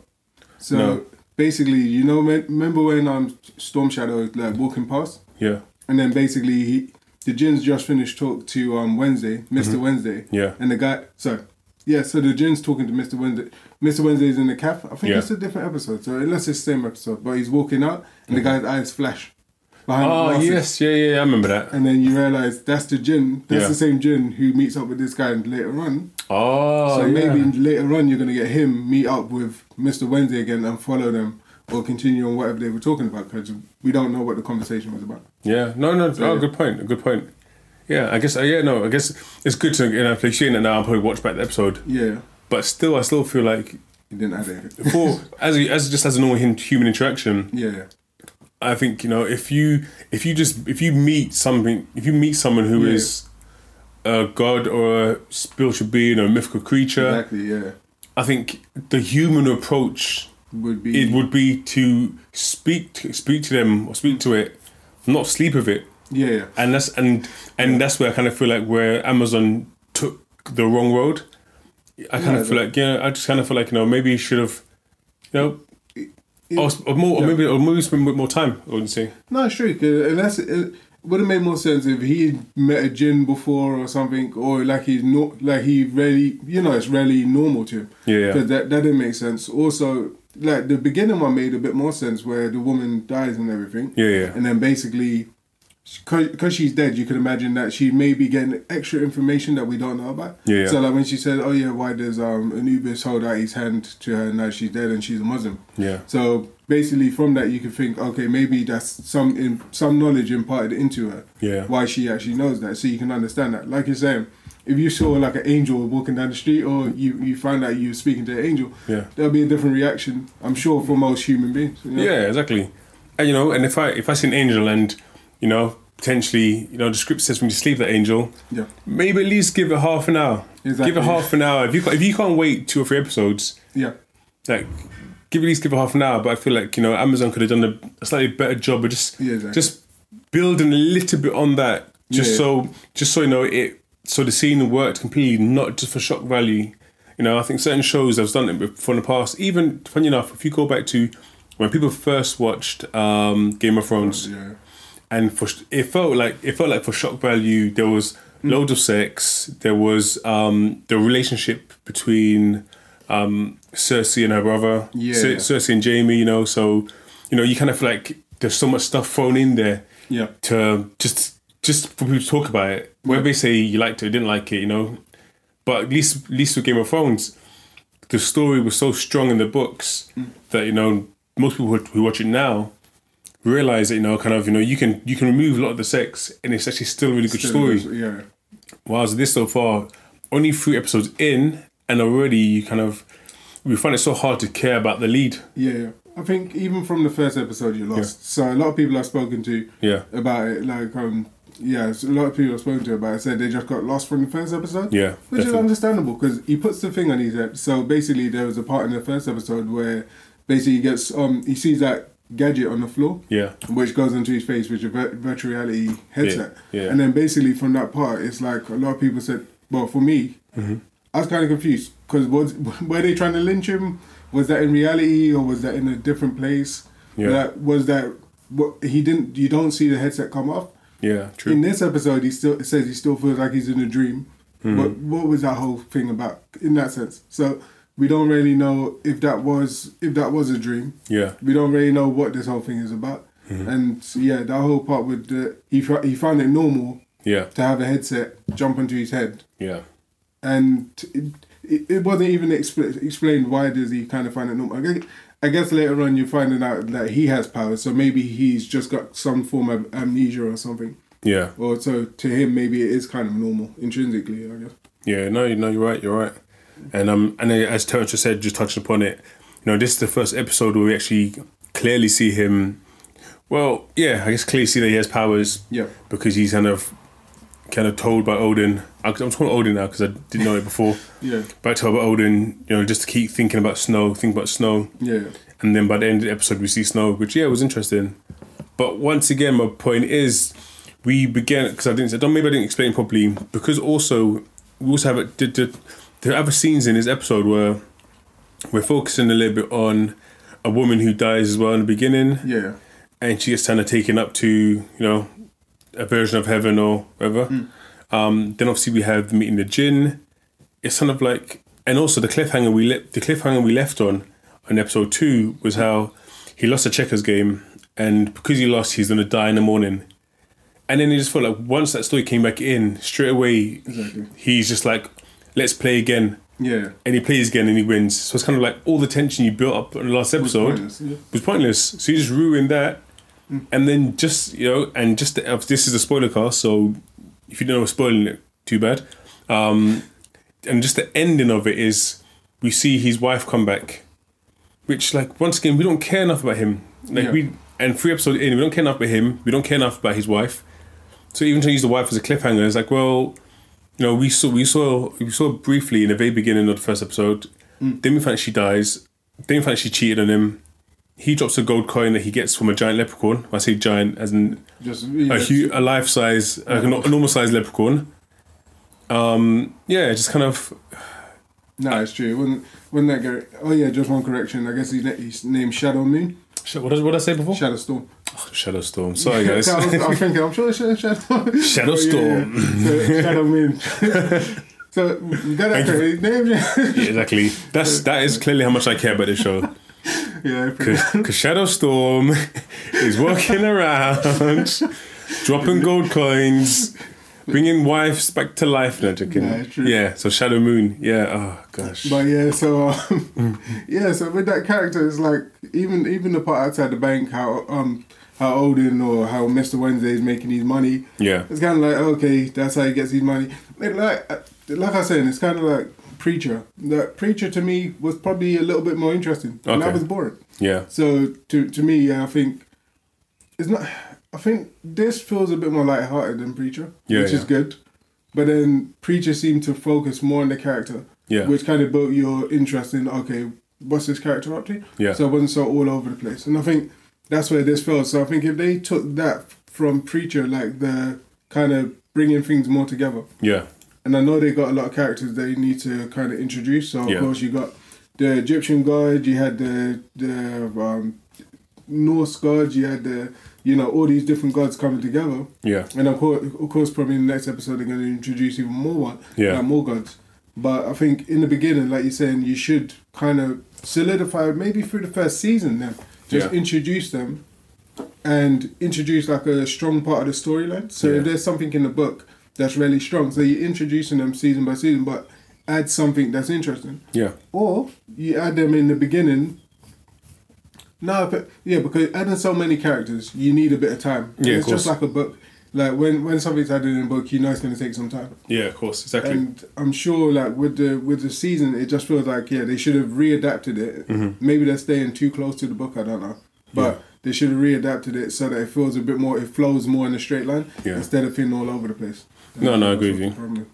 So
No.
basically, you know, me- remember when um, Storm Shadow like walking past,
Yeah.
and then basically he, the gin's just finished talk to um Wednesday, Mister Wednesday.
Mm-hmm. Yeah.
And the guy, so yeah, so the Jin's talking to Mr. Wednesday. Mr. Wednesday's in the caf. I think
Yeah.
it's a different episode, so unless it's the same episode, but he's walking out and the guy's eyes flash behind the
Oh
glasses.
Mm-hmm. yes, yeah, yeah, I remember that.
And then you realize that's the Jin. That's
Yeah.
the same Jin who meets up with this guy later on.
Oh,
so
yeah.
maybe later on you're gonna get him meet up with Mr. Wednesday again and follow them or continue on whatever they were talking about because we don't know what the conversation was about.
Yeah, no, no, oh,
yeah.
good point, good point. Yeah, I guess, uh, yeah, no, I guess it's good to, you know, like seeing it now, I'll probably watch back the episode,
Yeah,
but still, I still feel like,
he didn't add anything.
for, as, a- as just as a normal hum- human interaction,
Yeah,
I think, you know, if you, if you just, if you meet something, if you meet someone who
Yeah.
is a god or a spiritual being or a mythical creature,
exactly. Yeah,
I think the human approach
would be
it would be to speak to, speak to them or speak to it, not sleep with it.
yeah, yeah.
and that's and and that's where I kind of feel like where Amazon took the wrong road. I kind
Yeah,
of feel like yeah, I just kind of feel like you know maybe you should have, you know, or, s- or more or
yeah.
maybe or maybe spend a bit more time. I wouldn't say.
No, it's true. 'cause Unless it, it would have made more sense if he had met a gin before or something, or like he's not like he really, you know, it's really normal to him.
Yeah, yeah.
Because that that didn't make sense. Also, like the beginning one made a bit more sense where the woman dies and everything.
Yeah, yeah.
And then basically, because she's dead, you can imagine that she may be getting extra information that we don't know about.
Yeah, yeah.
So like when she said, "Oh yeah, why does um Anubis hold out his hand to her now she's dead and she's a Muslim?"
Yeah.
So basically, from that you can think, okay, maybe that's some in, some knowledge imparted into her.
Yeah.
Why she actually knows that, so you can understand that. Like you're saying, if you saw like an angel walking down the street, or you you find out you're speaking to an angel,
Yeah.
there'll be a different reaction. I'm sure for most human beings. you know?
Yeah, exactly. And you know, and if I if I see an angel and you know potentially you know the script says for me to sleep with that angel,
Yeah.
maybe at least give it half an hour.
Exactly.
Give it half an hour. If you ca- if you can't wait two or three episodes,
Yeah.
like give at least give it half an hour. But I feel like you know Amazon could have done a, a slightly better job of just
Yeah, exactly.
just building a little bit on that, just
Yeah.
so just so you know it. So the scene worked completely, not just for shock value. You know, I think certain shows I've done it before in the past. Even funny enough, if you go back to when people first watched um, Game of Thrones,
Oh, Yeah.
and for it felt like it felt like for shock value there was loads of sex there was um the relationship between um cersei and her brother
Yeah.
Cer- cersei and jamie you know so you know you kind of feel like there's so much stuff thrown in there
Yeah.
to just just for people to talk about it whether they say you liked it or didn't like it you know but at least at least with game of thrones the story was so strong in the books that you know most people who- who watch it now realize that you know kind of you know you can you can remove a lot of the sex and it's actually still a really good story
Yeah.
whereas this so far only three episodes in and already you kind of we find it so hard to care about the lead
Yeah, yeah. I think even from the first episode, you lost. So a lot of people I've spoken to
Yeah.
about it, like um, yeah, so a lot of people I've spoken to about it said they just got lost from the first episode.
Yeah,
which is
definitely.
understandable because he puts the thing on his head. So basically, there was a part in the first episode where basically he gets um, he sees that gadget on the floor.
Yeah.
which goes onto his face with a vir- virtual reality headset.
Yeah, yeah.
and then basically from that part, it's like a lot of people said. Well, for me,
Mm-hmm.
I was kind of confused because was were they trying to lynch him? Was that in reality or was that in a different place?
Yeah.
That was that what he didn't. You don't see the headset come off.
yeah true
In this episode, he still it says he still feels like he's in a dream. But what was that whole thing about in that sense? So we don't really know if that was if that was a dream.
Yeah.
We don't really know what this whole thing is about. And yeah, that whole part with the he fo- he found it normal
Yeah.
to have a headset jump onto his head
Yeah.
and it, it, it wasn't even expl- explained why does he kind of find it normal. I guess, I guess later on you're finding out that he has powers, so maybe he's just got some form of amnesia or something.
Yeah.
Or so to him, maybe it is kind of normal intrinsically. I guess.
Yeah, no, no, you're right, you're right. And um, and then as Terence just said, just touching upon it, you know, this is the first episode where we actually clearly see him. Well, yeah, I guess clearly see that he has powers.
Yeah.
Because he's kind of, kind of told by Odin. I- I'm calling Odin now because I didn't know it before.
Yeah.
But I told by Odin, you know, just to keep thinking about snow, think about snow,
Yeah.
and then by the end of the episode we see snow, which yeah was interesting. But once again, my point is, we began because I didn't. I don't maybe I didn't explain properly because also we also have it. Did, did, there are other scenes in this episode where we're focusing a little bit on a woman who dies as well in the beginning,
Yeah.
and she gets kind of taken up to you know a version of heaven or whatever. Um, then obviously we have the meeting the djinn. It's kind of like, and also the cliffhanger we le- the cliffhanger we left on on episode two was how he lost a checkers game, and because he lost, he's gonna die in the morning. And then he just felt like once that story came back in straight away,
Exactly.
he's just like, let's play again.
Yeah.
And he plays again and he wins. So it's kind of like all the tension you built up on the last episode
Pointless, yeah.
was pointless. So you just ruined that, and then just you know, and just uh, this is a spoiler cast, so if you don't know, we're spoiling it. Too bad. Um, and just the ending of it is we see his wife come back, which like once again we don't care enough about him. Like
Yeah.
we and three episodes in, we don't care enough about him. We don't care enough about his wife. So even to use the wife as a cliffhanger, it's like well, you know, we saw we saw we saw briefly in the very beginning of the first episode. Then we find out she dies. Then we find out she cheated on him. He drops a gold coin that he gets from a giant leprechaun. When I say giant, as in
Just
a
yeah.
huge, a life size, like a, no- a normal size leprechaun. Um, yeah, just kind of
No, it's true. When when that guy. Oh yeah, just one correction. I guess he's, na- he's named Shadow Moon.
Sh- what did what did I say before?
Shadow Storm.
Shadow Storm. Sorry guys.
I was, I was thinking, I'm sure it's Shadow Storm.
Oh, Shadow
Oh, yeah,
Storm.
yeah. So, Shadow Moon. so, you got that
Thank you.
correct. Name, yeah.
Yeah, exactly. That's that is clearly how much I care about this show.
Yeah, pretty
Because Shadow Storm is walking around, dropping gold coins, bringing wives back to life. No, joking.
Yeah, true.
yeah. So Shadow Moon. Yeah. Oh gosh.
But yeah, so
Mm.
um, yeah, so with that character, it's like even even the part outside the bank, how um how Odin or how Mister Wednesday is making his money.
Yeah.
It's kind of like okay, that's how he gets his money. It, like uh, like I was saying, it's kind of like preacher. That preacher to me was probably a little bit more interesting, and
Okay.
that was boring.
Yeah.
So to to me, yeah, I think it's not. I think this feels a bit more lighthearted than Preacher,
Yeah,
which is
yeah.
good. But then Preacher seemed to focus more on the character,
Yeah.
which kind of built your interest in okay, what's this character up to?
Yeah.
So it wasn't so all over the place, and I think that's where this fell. So I think if they took that from Preacher, like the kind of bringing things more together,
Yeah.
and I know they got a lot of characters they need to kind of introduce. So of
Yeah.
course you got the Egyptian god, you had the the um, Norse god, you had the you know all these different gods coming together.
Yeah.
And of course, of course, probably in the next episode they're going to introduce even more one,
Yeah.
like more gods. But I think in the beginning, like you're saying, you should kind of solidify maybe through the first season. Then just
Yeah.
introduce them, and introduce like a strong part of the storyline. So
Yeah.
if there's something in the book that's really strong, so you're introducing them season by season, but add something that's interesting
Yeah.
or you add them in the beginning. No, but yeah, because adding so many characters, you need a bit of time. And
Yeah, of
it's just
course.
like a book. Like when when something's added in a book, you know it's going to take some time.
Yeah. Of course. Exactly.
And I'm sure, like with the with the season, it just feels like yeah, they should have readapted it.
Mm-hmm.
Maybe they're staying too close to the book. I don't know, but they should have readapted it so that it feels a bit more. It flows more in a straight line
Yeah.
instead of feeling all over the place.
No, no, I agree with you.
Probably.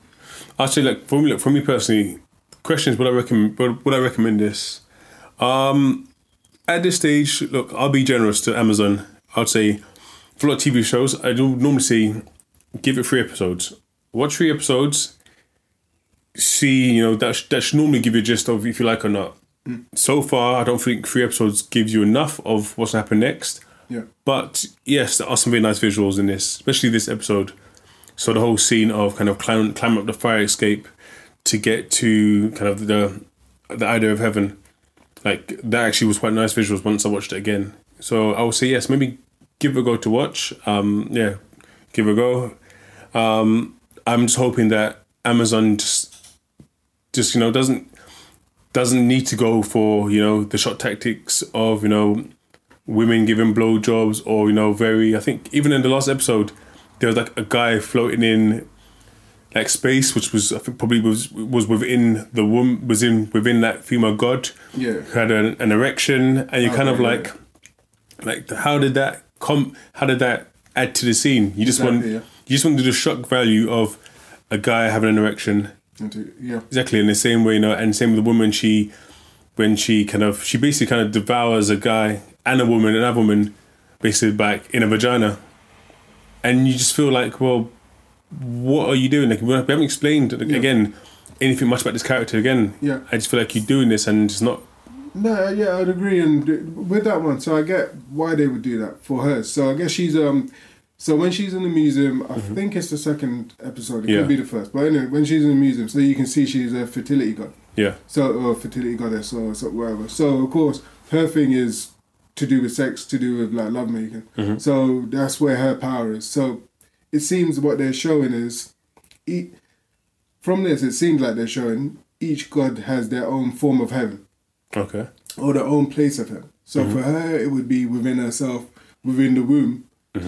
I'll say like for me, look, for me personally, questions would I recommend would, would I recommend this? Um, at this stage, look, I'll be generous to Amazon. I'd say for a lot of TV shows, I do normally say give it three episodes. Watch three episodes. See, you know that sh- that should normally give you a gist of if you like or not. So far, I don't think three episodes gives you enough of what's gonna happen next.
Yeah,
But yes, there are some very nice visuals in this, especially this episode. So the whole scene of kind of climb, climb up the fire escape to get to kind of the the idea of heaven, like that actually was quite nice visuals. Once I watched it again, so I would say yes, maybe give it a go to watch. Um, yeah, give it a go. Um, I'm just hoping that Amazon just, just you know, doesn't doesn't need to go for you know the shot tactics of you know women giving blowjobs or you know very I think even in the last episode there was like a guy floating in like space which was I think probably was was within the woman was in within that female god
Yeah. Oh,
who had an, an erection and you're kind of
Okay,
like like how did that come how did that add to the scene you just want
Exactly, yeah.
you just want to do the shock value of a guy having an erection
Into, yeah.
exactly in the same way you know and same with the woman she when she kind of she basically kind of devours a guy and a woman another woman basically back in a vagina and you just feel like well what are you doing like we haven't explained like,
Yeah.
again anything much about this character again
Yeah.
i just feel like you're doing this and it's not
No, yeah, I'd agree. And th- with that one, so I get why they would do that for her. So I guess she's um, so when she's in the museum, I think it's the second episode. It
Yeah.
could be the first, but anyway, when she's in the museum, so you can see she's a fertility god.
yeah
So or fertility goddess or so whatever. So of course, her thing is to do with sex, to do with like lovemaking. So that's where her power is. So it seems what they're showing is, e- from this, it seems like they're showing each god has their own form of heaven
okay
or their own place of him. So for her, it would be within herself, within the womb.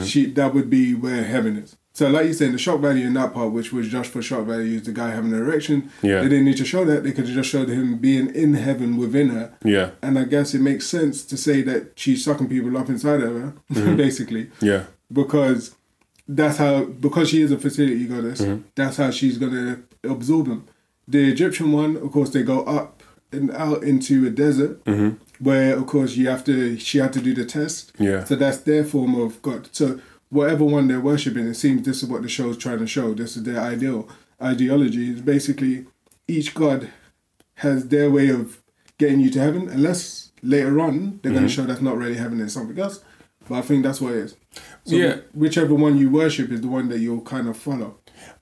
She that would be where heaven is. So like you said, the shock value in that part, which was just for shock value, is the guy having an erection.
Yeah.
They didn't need to show that. They could have just showed him being in heaven within her.
yeah
And I guess it makes sense to say that she's sucking people up inside of her, basically,
yeah
because that's how because she is a fertility goddess. That's how she's gonna absorb them. The Egyptian one, of course, they go up and out into a desert where, of course, you have to she had to do the test.
Yeah.
So that's their form of god. So whatever one they're worshiping, it seems this is what the show's trying to show. This is their ideal ideology. It's basically each god has their way of getting you to heaven, unless later on they're
Mm-hmm.
going to show that's not really heaven, it's something else. But I think that's what it is. So
Yeah.
wh- whichever one you worship is the one that you'll kind of follow.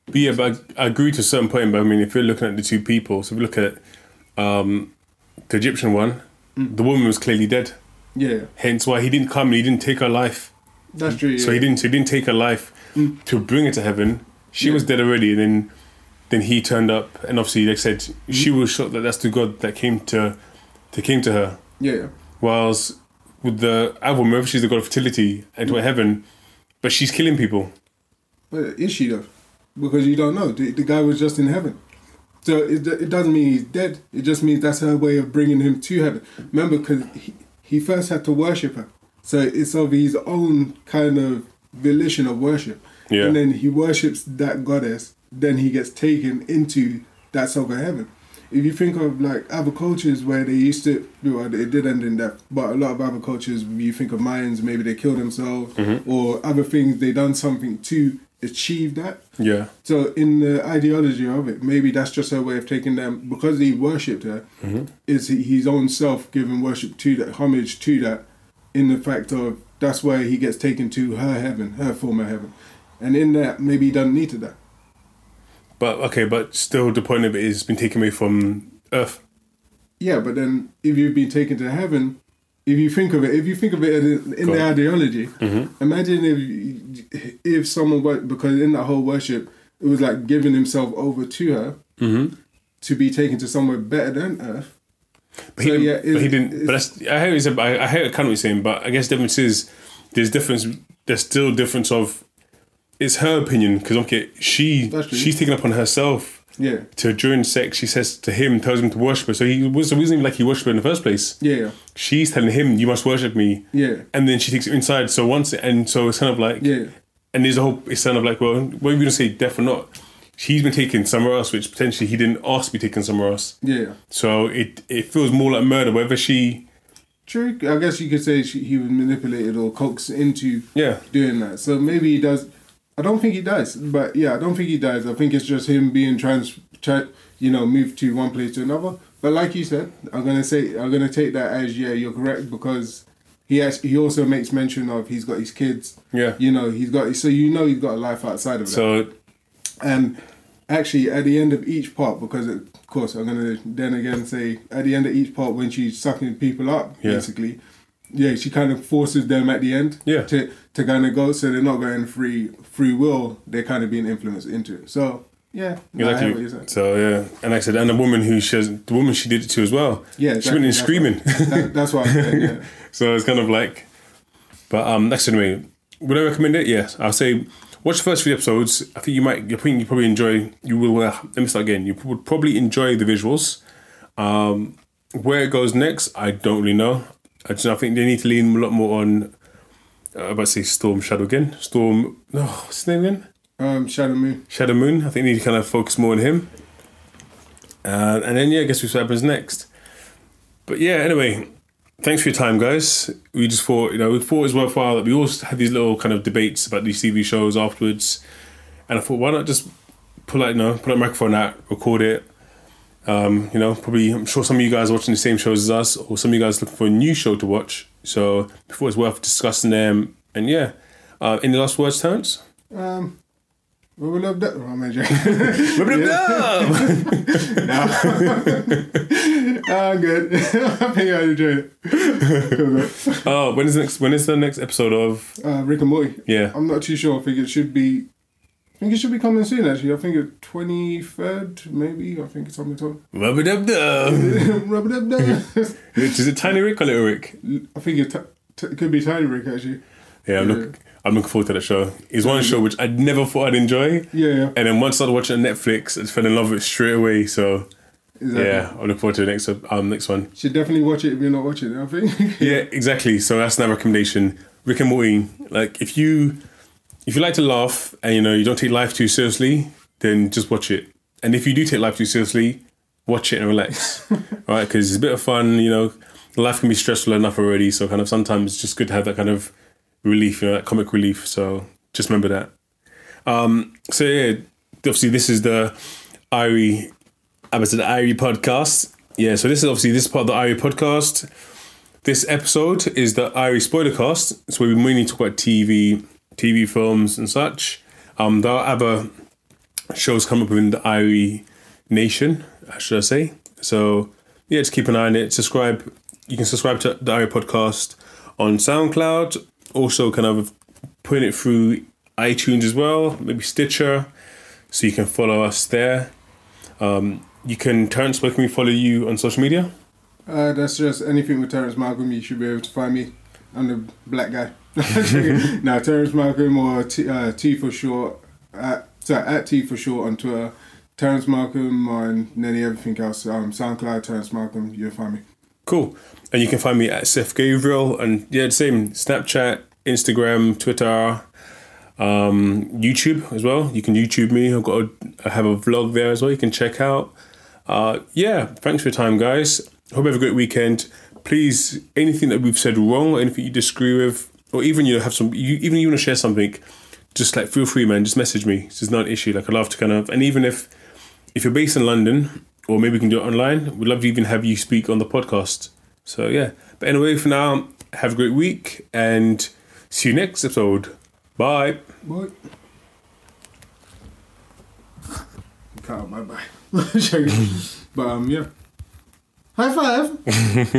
But yeah, but I, I agree to a certain point. But I mean, if you're looking at the two people, so if you look at um, the Egyptian one,
Mm.
the woman was clearly dead.
Yeah,
Hence why he didn't come and he didn't take her life.
that's true. Yeah.
Mm-hmm.
Mm.
So he didn't. So he didn't take her life to bring her to heaven. She
Yeah.
was dead already, and then then he turned up, and obviously, like I said,
Mm.
she was shocked that that's the God that came to that came to her.
Yeah,
Whilst with the other woman, obviously she's the God of fertility and
Mm.
to heaven, but she's killing people.
but is she though? Because you don't know. The, the guy was just in heaven. So it, do- it doesn't mean he's dead. It just means that's her way of bringing him to heaven. Remember, because he, he first had to worship her. So it's of his own kind of volition of worship.
Yeah.
And then he worships that goddess. Then he gets taken into that so-called heaven. If you think of like other cultures where they used to, well, it did end in death, but a lot of other cultures, you think of Mayans, maybe they kill themselves or other things, they done something to achieve that.
Yeah,
So in the ideology of it, maybe that's just her way of taking them because he worshipped her. It's his own self giving worship to that, homage to that, in the fact of that's where he gets taken to her heaven, her former heaven, and in that maybe he doesn't need to that.
but okay, but still, the point of it is been taken away from Earth.
Yeah, but then if you've been taken to heaven, if you think of it, if you think of it in, in
Go
the
on. Mm-hmm.
ideology, imagine if you- if someone were because in that whole worship it was like giving himself over to her
Mm-hmm.
to be taken to somewhere better than earth.
But he,
So,
didn't-
yeah,
but he
it's-
didn't. But that's, I hear what you said. But I, I hear kind of what you're saying. But I guess the difference is there's difference. There's still difference of it's her opinion because okay, she
That's true.
she's taken upon herself
Yeah,
to during sex. She says to him, tells him to worship her. So he was so it wasn't even like he worshipped her in the first place.
yeah,
She's telling him, "You must worship me."
yeah,
And then she takes him inside. So once and so it's kind of like
yeah,
and there's a whole it's kind of like well, whether you gonna say deaf or not, he's been taken somewhere else, which potentially he didn't ask to be taken somewhere else.
yeah.
So it it feels more like murder. Whether she,
True. I guess you could say she, he was manipulated or coaxed into
yeah,
doing that. So maybe he does. I don't think he does, but yeah, I don't think he does. I think it's just him being trans, tra- you know, moved to one place to another. But like you said, I'm gonna say I'm gonna take that as yeah, you're correct because he actually, he also makes mention of he's got his kids.
Yeah.
You know, he's got so you know he's got a life outside of that.
so
And actually, at the end of each part, because of course I'm gonna then again say at the end of each part when she's sucking people up,
Yeah.
basically, yeah, she kind of forces them at the end
Yeah.
to to kind of go, so they're not going free free will. They're kind of being influenced into it. So yeah, no, I hear
Exactly.
what you're saying.
so yeah, and like I said, and the woman who she has, the woman she did it to as well.
Yeah,
she went in
exactly,
screaming.
That, that's why. I'm saying, yeah.
so it's kind of like, but um, that's anyway. Would I recommend it? Yes, I'll say watch the first few episodes. I think you might. I think you probably enjoy. You will. Uh, let me start again. You would probably enjoy the visuals. Um, where it goes next, I don't really know. I just I think they need to lean a lot more on. Uh, I'm about to say Storm Shadow again. Storm. No, what's his name again?
Um, Shadow Moon.
Shadow Moon. I think we need to kind of focus more on him. Uh, and then, yeah, I guess we see what happens next. But yeah, anyway, thanks for your time, guys. We just thought, you know, we thought it was worthwhile that we always had these little kind of debates about these TV shows afterwards. And I thought, why not just pull out, you know, put a microphone out, record it. Um, you know, probably, I'm sure some of you guys are watching the same shows as us, or some of you guys are looking for a new show to watch. So, before it's worth discussing them. And yeah, uh, any last words, Terrence?
Um, we love that. Oh, I'm joking. I'm good. I think I enjoyed it.
Oh, when is the next? When is the next episode of?
uh, Rick and Morty.
Yeah,
I'm not too sure. I think it should be. I think it should be coming soon. Actually, I think it twenty third, maybe. I think it's on the top.
rubber dub dub.
Rub it up there.
Is it Tiny Rick or Little Rick?
I think it, t- t- it could be Tiny Rick actually.
Yeah, I'm, look, I'm looking forward to that show. It's one show which I never thought I'd enjoy,
Yeah, yeah.
and then once I started watching it on Netflix, I just fell in love with it straight away. So
Exactly.
yeah, I look forward to the next um next one.
Should definitely watch it if you're not watching it. I think.
Yeah, exactly. So that's my recommendation. Rick and Morty. Like if you if you like to laugh and you know you don't take life too seriously, then just watch it. And if you do take life too seriously, watch it and relax, All right? Because it's a bit of fun. You know, life can be stressful enough already. So kind of sometimes it's just good to have that kind of relief, you know, that comic relief. So just remember that. Um, so yeah, obviously this is the Irie, I was the Irie podcast. Yeah, so this is obviously this part of the Irie podcast. This episode is the Irish Spoilercast. It's where we mainly talk about TV, TV films and such. Um, there are other shows come up within the Irish nation, uh, should I say. So, yeah, just keep an eye on it. Subscribe. You can subscribe to the Irish Podcast on SoundCloud. Also, kind of putting it through iTunes as well, maybe Stitcher. So you can follow us there. Um, you can, Terrence, where can we follow you on social media?
Uh, that's just anything with Terrence Malcolm. You should be able to find me. I'm the black guy. now Terrence Malcolm or T, uh, T for short. At, sorry, at T for short on Twitter. Terrence Malcolm on nearly everything else. Um, SoundCloud Terrence Malcolm. You'll find me.
Cool. And you can find me at Seth Gabriel and yeah, the same Snapchat, Instagram, Twitter, um, YouTube as well. You can YouTube me. I've got a, I have a vlog there as well. You can check out. Uh, yeah, thanks for your time, guys. Hope you have a great weekend. Please, anything that we've said wrong or anything you disagree with, or even you know, have some, you, even you want to share something, just like feel free, man. Just message me. This is not an issue. Like I love to kind of, and even if if you're based in London, or maybe we can do it online, we'd love to even have you speak on the podcast. So yeah. But anyway, for now, have a great week and see you next episode. Bye.
Boy. Kyle, bye bye. but um, yeah. High five.